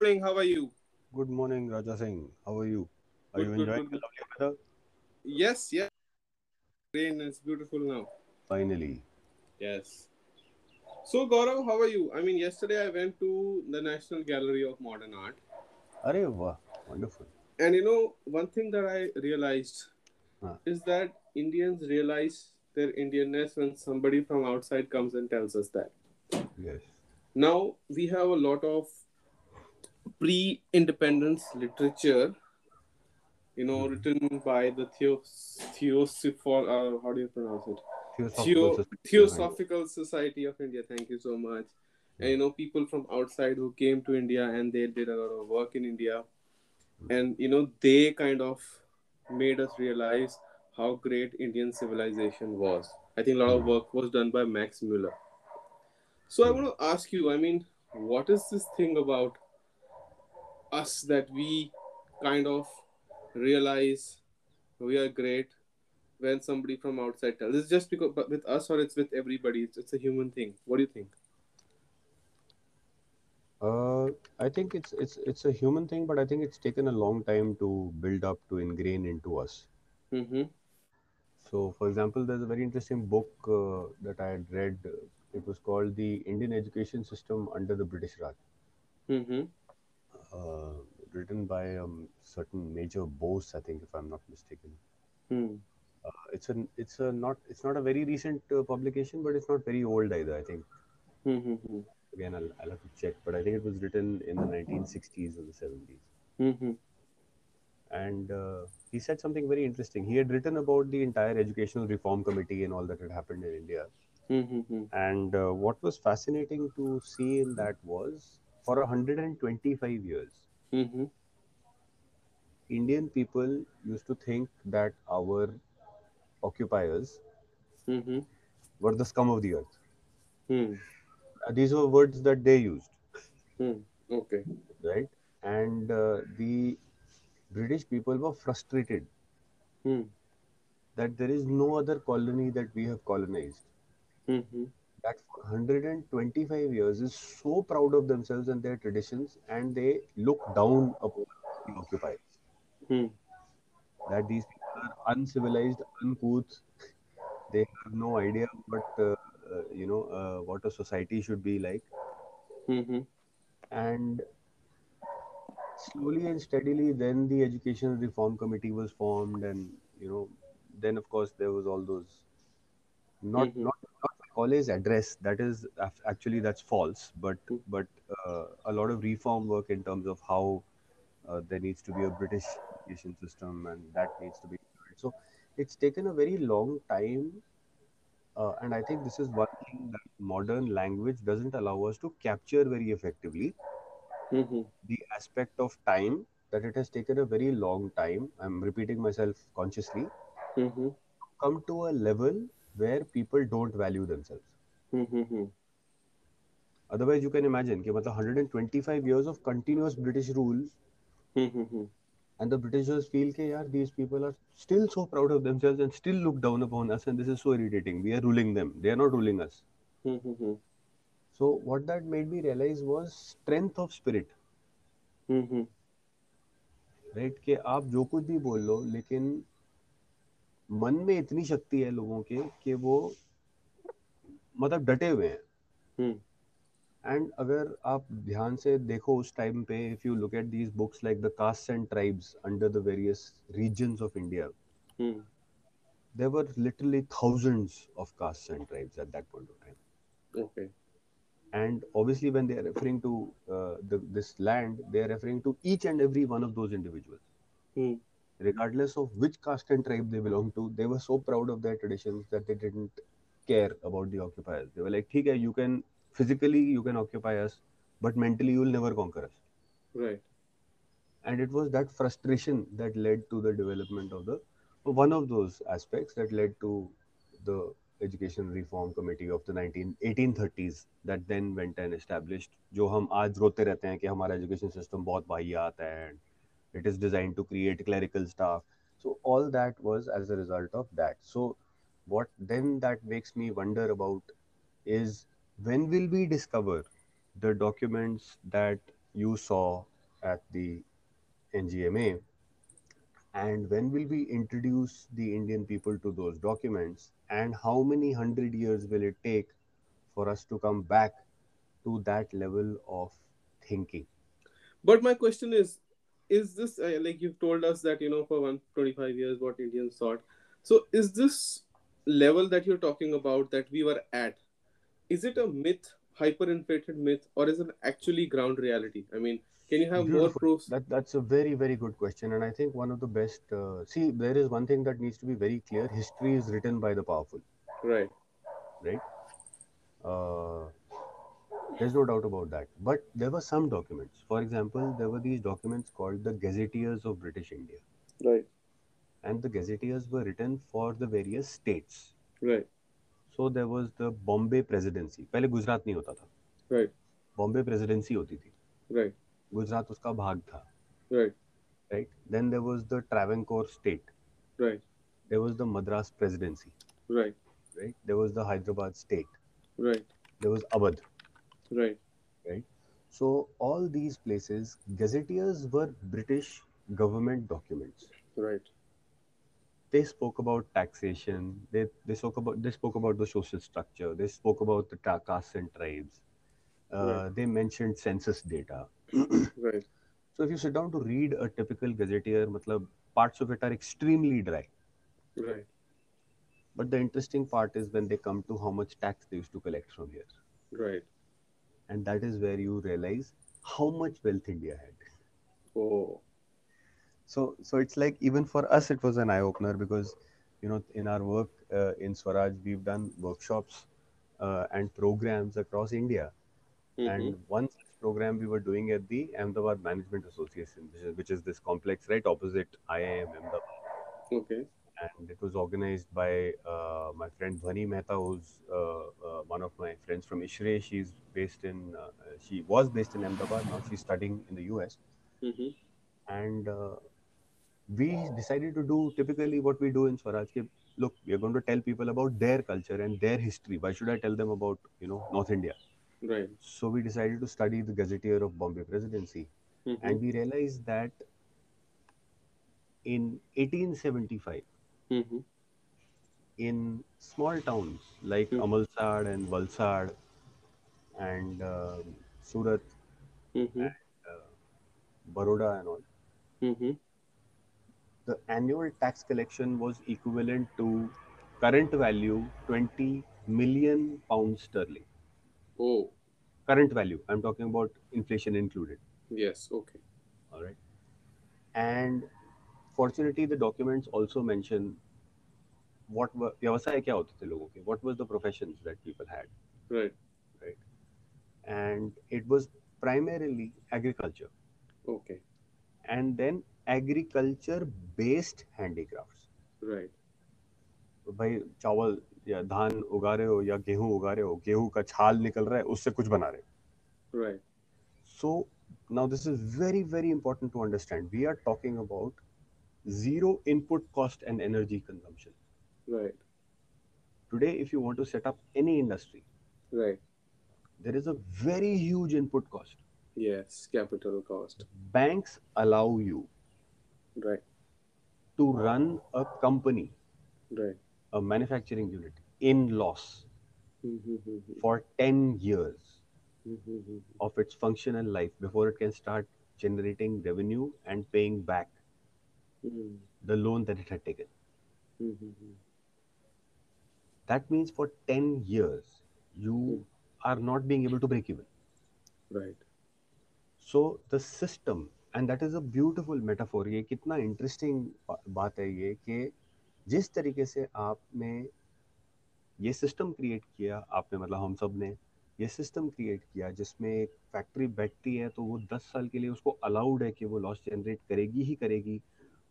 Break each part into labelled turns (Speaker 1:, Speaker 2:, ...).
Speaker 1: morning. How are you?
Speaker 2: Good morning, Raja Singh. How are you? Are
Speaker 1: Good,
Speaker 2: you
Speaker 1: good,
Speaker 2: enjoying
Speaker 1: good,
Speaker 2: the
Speaker 1: good.
Speaker 2: lovely weather?
Speaker 1: Yes, yes. Rain is beautiful now.
Speaker 2: Finally.
Speaker 1: Yes. So Gaurav, how are you? I mean, yesterday I went to the National Gallery of Modern Art,
Speaker 2: Arey wow, wonderful.
Speaker 1: and you know, one thing that I realized
Speaker 2: Huh.
Speaker 1: is that Indians realize their Indianness when somebody from outside comes and tells us that.
Speaker 2: Yes.
Speaker 1: Now we have a lot of pre-independence literature you know, written by the Theo, Theosophical, uh, how do you pronounce it?
Speaker 2: Theosophical
Speaker 1: Theo,
Speaker 2: society.
Speaker 1: Theosophical Society of India. Thank you so much. And you know, people from outside who came to India and they did a lot of work in India, and you know, they kind of made us realize how great Indian civilization was. I think a lot of work was done by Max Muller. So I want to ask you. I mean, what is this thing about us that we kind of realize we are great when somebody from outside tells it's just because but with us or it's with everybody it's, it's a human thing what do you think
Speaker 2: Uh, I think it's it's it's a human thing, but I think it's taken a long time to build up to ingrain into us.
Speaker 1: mm-hmm.
Speaker 2: So, for example, there's a very interesting book uh, that I had read. It was called "The Indian Education System Under the British Raj,"
Speaker 1: Mm-hmm.
Speaker 2: uh, written by a um, certain Major Bose, I think, if I'm not mistaken.
Speaker 1: hmm
Speaker 2: Uh, it's a it's a not it's not a very recent uh, publication, but it's not very old either. I think
Speaker 1: Mm-hmm.
Speaker 2: again I'll, I'll have to check, but I think it was written in the 1960s or the 70s.
Speaker 1: Mm-hmm.
Speaker 2: And uh, he said something very interesting. He had written about the entire educational reform committee and all that had happened in India.
Speaker 1: Mm-hmm.
Speaker 2: And uh, what was fascinating to see in that was for 125 years,
Speaker 1: Mm-hmm.
Speaker 2: Indian people used to think that our occupiers
Speaker 1: Mm-hmm.
Speaker 2: were the scum of the earth.
Speaker 1: Mm-hmm.
Speaker 2: Uh, These were words that they used.
Speaker 1: okay
Speaker 2: right? And uh, the British people were frustrated
Speaker 1: mm-hmm.
Speaker 2: that there is no other colony that we have colonized.
Speaker 1: Mm-hmm.
Speaker 2: That for 125 years is so proud of themselves and their traditions, and they look down upon the occupiers. That these people are uncivilized, uncouth. They have no idea what uh, uh, you know uh, what a society should be like,
Speaker 1: Mm-hmm.
Speaker 2: and slowly and steadily then the educational reform committee was formed and you know then of course there was all those not
Speaker 1: Mhm.
Speaker 2: not not Macaulay's address that is ac- actually that's false but
Speaker 1: Mm.
Speaker 2: but uh, a lot of reform work in terms of how uh, there needs to be a british education system and that needs to be so it's taken a very long time uh, and i think this is one thing that modern language doesn't allow us to capture very effectively
Speaker 1: Mm-hmm.
Speaker 2: the aspect of time that it has taken a very long time i'm repeating myself consciously
Speaker 1: Mm-hmm.
Speaker 2: come to a level where people don't value themselves
Speaker 1: Mm-hmm.
Speaker 2: otherwise you can imagine कि मतलब 125 years of continuous british rule
Speaker 1: Mm-hmm.
Speaker 2: and the britishers feel कि यार these people are still so proud of themselves and still look down upon us and this is so irritating we are ruling them they are not ruling us
Speaker 1: Mm-hmm.
Speaker 2: so what that made me realize was strength of spirit
Speaker 1: Mm-hmm.
Speaker 2: right कि आप जो कुछ भी बोल लो लेकिन मन में इतनी शक्ति है लोगों के कि वो मतलब डटे हुए हैं
Speaker 1: Mm.
Speaker 2: एंड अगर आप ध्यान से देखो उस टाइम पे if you look at these books like the caste and tribes under the various regions of India
Speaker 1: Mm.
Speaker 2: There were literally thousands of caste and tribes at that point of time
Speaker 1: okay
Speaker 2: and obviously when they are referring to uh, the, this land they are referring to each and every one of those individuals
Speaker 1: mm.
Speaker 2: regardless of which caste and tribe they belong to they were so proud of their traditions that they didn't care about the occupiers they were like okay you can physically you can occupy us but mentally you will never conquer us
Speaker 1: right
Speaker 2: and it was that frustration that led to the development of the one of those aspects that led to the education reform committee of the 19 1830s that then went and established जो हम आज रोते रहते हैं कि हमारा education system बहुत वाहियात है and it is designed to create clerical staff so all that was as a result of that so what then that makes me wonder about is when will we discover the documents that you saw at the NGMA. And when will we introduce the Indian people to those documents? And how many hundred years will it take for us to come back to that level of thinking?
Speaker 1: But my question is, is this uh, like you've told us that you know for 125 years what Indians thought? So is this level that you're talking about that we were at? Is it a myth, hyperinflated myth, or is it actually ground reality? I mean, can you have
Speaker 2: Beautiful.
Speaker 1: more proofs?
Speaker 2: That that's a very very good question, and I think one of the best. Uh, see, there is one thing that needs to be very clear: history is written by the powerful.
Speaker 1: Right.
Speaker 2: Uh, there's no doubt about that. But there were some documents. For example, there were these documents called the Gazetteers of British India,
Speaker 1: Right.
Speaker 2: and the Gazetteers were written for the various states.
Speaker 1: Right.
Speaker 2: So there was the Bombay Presidency. पहले गुजरात नहीं होता था.
Speaker 1: Right.
Speaker 2: Bombay Presidency होती थी.
Speaker 1: Right.
Speaker 2: Gujarat उसका भाग था.
Speaker 1: Right.
Speaker 2: Right. Then there was the Travancore state.
Speaker 1: Right.
Speaker 2: There was the Madras Presidency.
Speaker 1: Right.
Speaker 2: right? There was the Hyderabad state.
Speaker 1: Right.
Speaker 2: There was Awadh.
Speaker 1: Right.
Speaker 2: So all these places, gazetteers were British government documents.
Speaker 1: Right.
Speaker 2: They spoke about taxation. They they spoke about they spoke about the social structure. They spoke about the ta- castes and tribes. Uh,
Speaker 1: Right.
Speaker 2: They mentioned census data.
Speaker 1: Right.
Speaker 2: So if you sit down to read a typical gazetteer, matlab, parts of it are extremely dry.
Speaker 1: Right.
Speaker 2: But the interesting part is when they come to how much tax they used to collect from here.
Speaker 1: Right.
Speaker 2: and that is where you realize how much wealth India had.
Speaker 1: Oh.
Speaker 2: So, so it's like even for us, it was an eye opener because, you know, in our work uh, in Swaraj, we've done workshops uh, and programs across India.
Speaker 1: Mhm.
Speaker 2: And one such program we were doing at the Ahmedabad Management Association, which is, which is this complex right opposite IIM Ahmedabad,
Speaker 1: Okay.
Speaker 2: and it was organized by uh, my friend Dhwani Mehta, who's uh, uh, one of my friends from Ishre. She's based in, uh, she was based in Ahmedabad. Now she's studying in the US.
Speaker 1: Mhm.
Speaker 2: and uh, we decided to do typically what we do in Swaraj. Ke, look, we are going to tell people about their culture and their history. Why should I tell them about you know North India?
Speaker 1: Right.
Speaker 2: So we decided to study the Gazetteer of Bombay Presidency,
Speaker 1: Mhm.
Speaker 2: and we realized that in 1875,
Speaker 1: Mhm.
Speaker 2: in small towns like
Speaker 1: Hmm.
Speaker 2: Amalsad and Valsad and um Surat, uh,
Speaker 1: Mhm.
Speaker 2: Baroda, and all.
Speaker 1: Mhm.
Speaker 2: the annual tax collection was equivalent to current value 20 million pounds sterling.
Speaker 1: Oh.
Speaker 2: Current value, I'm talking about inflation included.
Speaker 1: Yes. Okay.
Speaker 2: All right. And fortunately, the documents also mention what were व्यवसाय क्या होते थे लोगों के, what was the professions that people had,
Speaker 1: Right.
Speaker 2: and it was primarily agriculture,
Speaker 1: Okay.
Speaker 2: and then agriculture-based handicrafts.
Speaker 1: Right.
Speaker 2: भाई चावल या धान उगा रहे हो या गेहूं उगा रहे हो गेहूं का छाल निकल रहा है उससे कुछ बना रहे हो
Speaker 1: Right.
Speaker 2: So now this is very very important to understand we are talking about zero input cost and energy consumption
Speaker 1: Right.
Speaker 2: Today if you want to set up any industry
Speaker 1: Right.
Speaker 2: There is a very huge input cost
Speaker 1: Yes. Capital cost.
Speaker 2: Banks allow you
Speaker 1: Right.
Speaker 2: To run a company
Speaker 1: Right.
Speaker 2: A manufacturing unit in loss
Speaker 1: Mhm.
Speaker 2: For 10 years
Speaker 1: Mhm.
Speaker 2: of its functional life before it can start generating revenue and paying back
Speaker 1: Mhm.
Speaker 2: the loan that it had taken.
Speaker 1: Mhm.
Speaker 2: That means for 10 years, you are not being able to break even.
Speaker 1: Right.
Speaker 2: So the system, and that is a beautiful metaphor, ये कितना interesting बा- बात है ये कि जिस तरीके से आपने ये सिस्टम क्रिएट किया आपने मतलब हम सब ने ये सिस्टम क्रिएट किया जिसमें एक फैक्ट्री बैठती है तो वो दस साल के लिए उसको अलाउड है कि वो लॉस जनरेट करेगी ही करेगी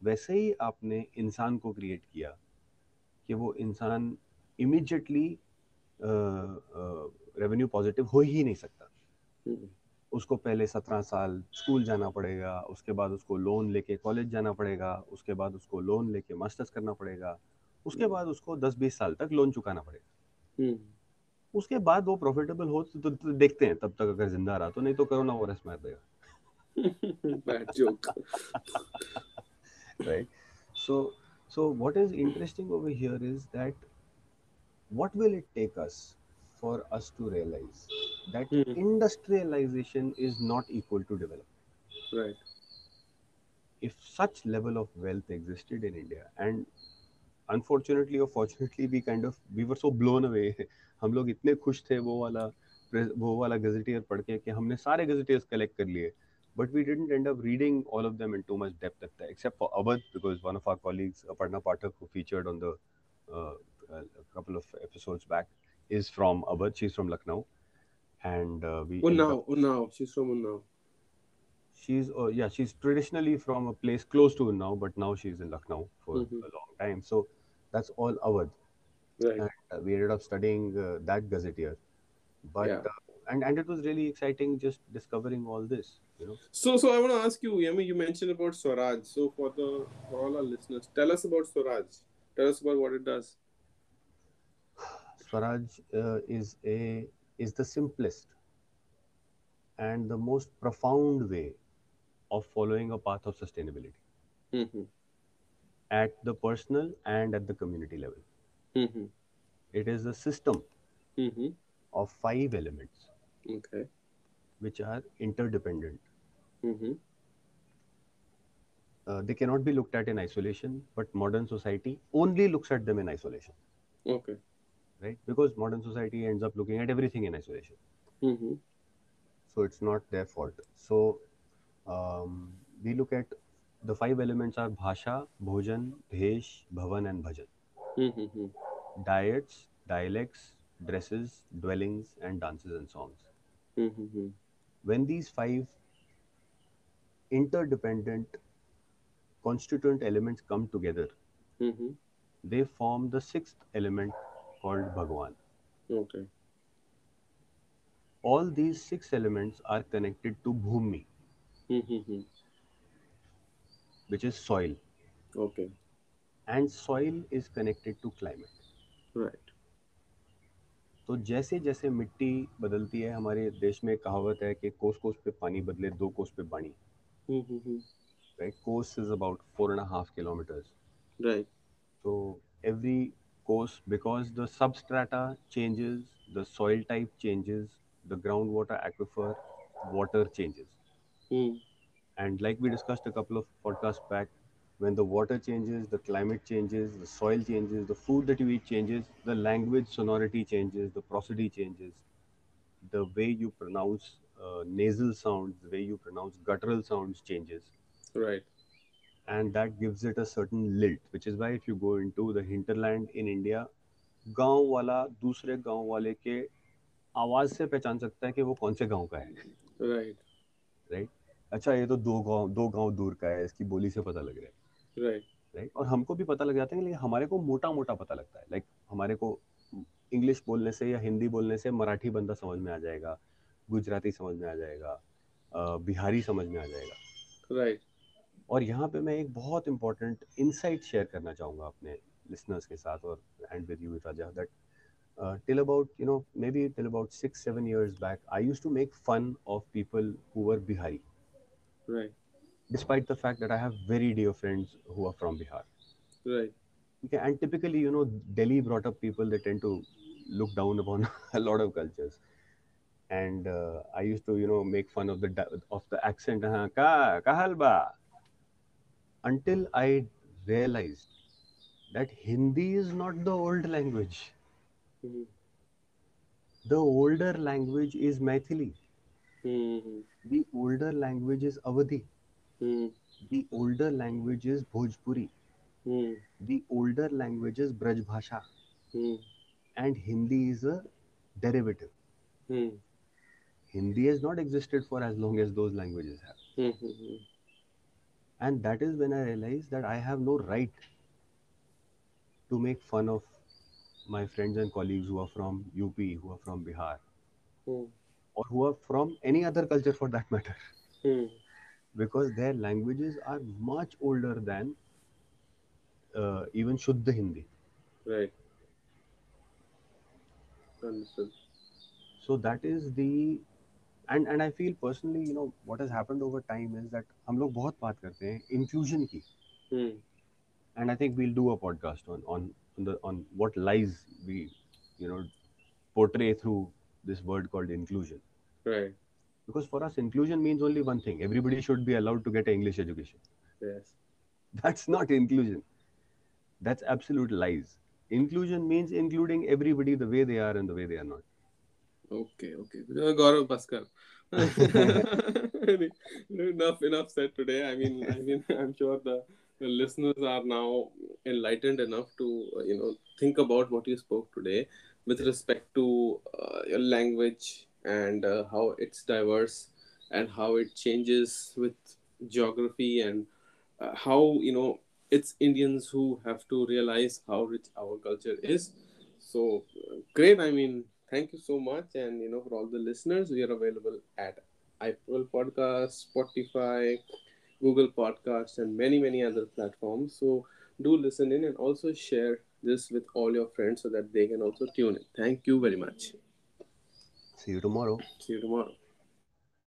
Speaker 2: वैसे ही आपने इंसान को क्रिएट किया कि वो इंसान इमिजिएटली रेवेन्यू पॉजिटिव हो ही नहीं सकता
Speaker 1: Mhm.
Speaker 2: उसको पहले सत्रह साल स्कूल जाना पड़ेगा उसके बाद उसको लोन लेके कॉलेज जाना पड़ेगा उसके बाद उसको लोन लेके मास्टर्स करना पड़ेगा उसके बाद उसको दस बीस साल तक लोन चुकाना पड़ेगा
Speaker 1: Mhm.
Speaker 2: उसके बाद वो प्रॉफिटेबल हो तो, तो, तो देखते हैं तब तक अगर जिंदा रहा तो नहीं तो कोरोना वायरस मार देगा
Speaker 1: Bad joke.
Speaker 2: right so so what is interesting over here is that what will it take us for us to realize that
Speaker 1: Hmm.
Speaker 2: industrialization is not equal to development
Speaker 1: Right.
Speaker 2: if such level of wealth existed in india and unfortunately or fortunately we kind of we were so blown away हम लोग इतने खुश थे वो वाला pray- वो वाला gazetteer पढ़ के कि हमने सारे गजेटियर्स कलेक्ट कर लिए but we didn't end up reading all of them in too much depth लगता है except for Awadh because one of our colleagues Aparna Pathak who featured on the uh, couple of episodes back is from Abad. She's from Lucknow, and uh, we
Speaker 1: Oh
Speaker 2: ended up-
Speaker 1: now, oh now. She's from Unnao.
Speaker 2: she's uh, yeah she's traditionally from a place close to now but now she's in lucknow for
Speaker 1: Mhm.
Speaker 2: a long time so that's all awadh
Speaker 1: Right.
Speaker 2: uh, we ended up studying uh, that gazetteer but
Speaker 1: Yeah.
Speaker 2: uh, and and it was really exciting just discovering all this you know
Speaker 1: So, so I want to ask you, Yami, you mentioned about Swaraj. So, for the for all our listeners, tell us about Swaraj. Tell us about what it does.
Speaker 2: swaraj uh, is a is the simplest and the most profound way of following a path of sustainability
Speaker 1: Mm-hmm.
Speaker 2: at the personal and at the community level
Speaker 1: Mm-hmm.
Speaker 2: it is a system
Speaker 1: Mm-hmm.
Speaker 2: of five elements
Speaker 1: Okay.
Speaker 2: which are interdependent.
Speaker 1: Mm-hmm.
Speaker 2: Uh, they cannot be looked at in isolation, but modern society only looks at them in isolation,
Speaker 1: Okay.
Speaker 2: right? Because modern society ends up looking at everything in isolation.
Speaker 1: Mm-hmm.
Speaker 2: So it's not their fault. So um, we look at the five elements are bhasha, bhojan, dhesh, bhavan, and bhajan.
Speaker 1: Mm-hmm.
Speaker 2: Diets, dialects, dresses, dwellings, and dances and songs.
Speaker 1: Mm-hmm.
Speaker 2: when these five interdependent constituent elements come together,
Speaker 1: Mm-hmm.
Speaker 2: they form the sixth element called Bhagwan.
Speaker 1: Okay.
Speaker 2: All these six elements are connected to Bhumi,
Speaker 1: Mm-hmm.
Speaker 2: which is soil,
Speaker 1: Okay.
Speaker 2: and soil is connected to climate.
Speaker 1: Right.
Speaker 2: तो जैसे जैसे मिट्टी बदलती है हमारे देश में कहावत है कि कोस कोस पे पानी बदले दो कोस पे पानी
Speaker 1: Mm-hmm.
Speaker 2: Right kos is about four and half kilometres
Speaker 1: Right.
Speaker 2: So every course, because the substrata changes, the soil type changes, the groundwater aquifer water changes.
Speaker 1: Mm.
Speaker 2: And like we discussed a couple of podcasts back, when the water changes, the climate changes, the soil changes, the food that you eat changes, the language sonority changes, the prosody changes, the way you pronounce uh, nasal sounds, the way you pronounce guttural sounds changes
Speaker 1: Right.
Speaker 2: and that gives it a certain lilt, which is why if you go into the hinterland in India, गांव वाला दूसरे गांव वाले के आवाज से पहचान सकता है कि वो कौन से गांव का है
Speaker 1: Right.
Speaker 2: राइट अच्छा ये तो दो गांव दो गांव दूर का है इसकी बोली से पता लग रहा है
Speaker 1: Right.
Speaker 2: राइट और हमको भी पता लग जाता है लेकिन हमारे को मोटा मोटा पता लगता है लाइक हमारे को इंग्लिश बोलने से या हिंदी बोलने से मराठी बंदा समझ में आ जाएगा गुजराती समझ में आ जाएगा अ, बिहारी समझ में आ जाएगा
Speaker 1: Right.
Speaker 2: और यहाँ पे मैं एक बहुत इंपॉर्टेंट इंसाइट शेयर करना चाहूँगा अपने लिसनर्स के साथ और and with you Raja that till about you know maybe till about six seven years back I use to make fun of people who were Bihari
Speaker 1: Right.
Speaker 2: Despite the fact that I have very dear friends who are from Bihar
Speaker 1: Right.
Speaker 2: ठीक है and typically you know Delhi brought up people they tend to look down upon a lot of cultures and I use to you know make fun of the of the accent हाँ का कहल बा until I realized that Hindi is not the old language.
Speaker 1: Mm-hmm.
Speaker 2: The older language is Maithili.
Speaker 1: Mm-hmm.
Speaker 2: The older language is Awadhi.
Speaker 1: Mm-hmm.
Speaker 2: The older language is Bhojpuri.
Speaker 1: Mm-hmm.
Speaker 2: The older language is Braj Bhasha. And Hindi is a derivative.
Speaker 1: Mm-hmm.
Speaker 2: Hindi has not existed for as long as those languages have.
Speaker 1: Mm-hmm.
Speaker 2: And that is when I realized that I have no right to make fun of my friends and colleagues who are from UP, who are from Bihar. or who are from any other culture for that matter,
Speaker 1: Mm-hmm.
Speaker 2: because their languages are much older than uh, even Shuddha Hindi.
Speaker 1: Right. Understood.
Speaker 2: So that is the, and and I feel personally you know what has happened over time is that हम लोग बहुत बात करते हैं infusion की
Speaker 1: Hmm.
Speaker 2: and I think we'll do a podcast on on on, the, on what lies we you know portray through this word called inclusion
Speaker 1: Right.
Speaker 2: because for us inclusion means only one thing everybody should be allowed to get an english education
Speaker 1: Yes.
Speaker 2: that's not inclusion that's absolute lies inclusion means including everybody the way they are and the way they are not
Speaker 1: Okay. Okay. Uh, Gaurav Bhaskar. enough. Enough said today. I mean, I mean, I'm sure the, the listeners are now enlightened enough to uh, you know think about what you spoke today with respect to uh, your language and uh, how it's diverse and how it changes with geography and uh, how you know it's Indians who have to realize how rich our culture is. So uh, great! I mean, thank you so much, and you know, for all the listeners, we are available at Apple Podcast, Spotify, Google Podcasts, and many many other platforms. So do listen in and also share this with all your friends so that they can also tune in. Thank you very much.
Speaker 2: see you tomorrow
Speaker 1: See you tomorrow.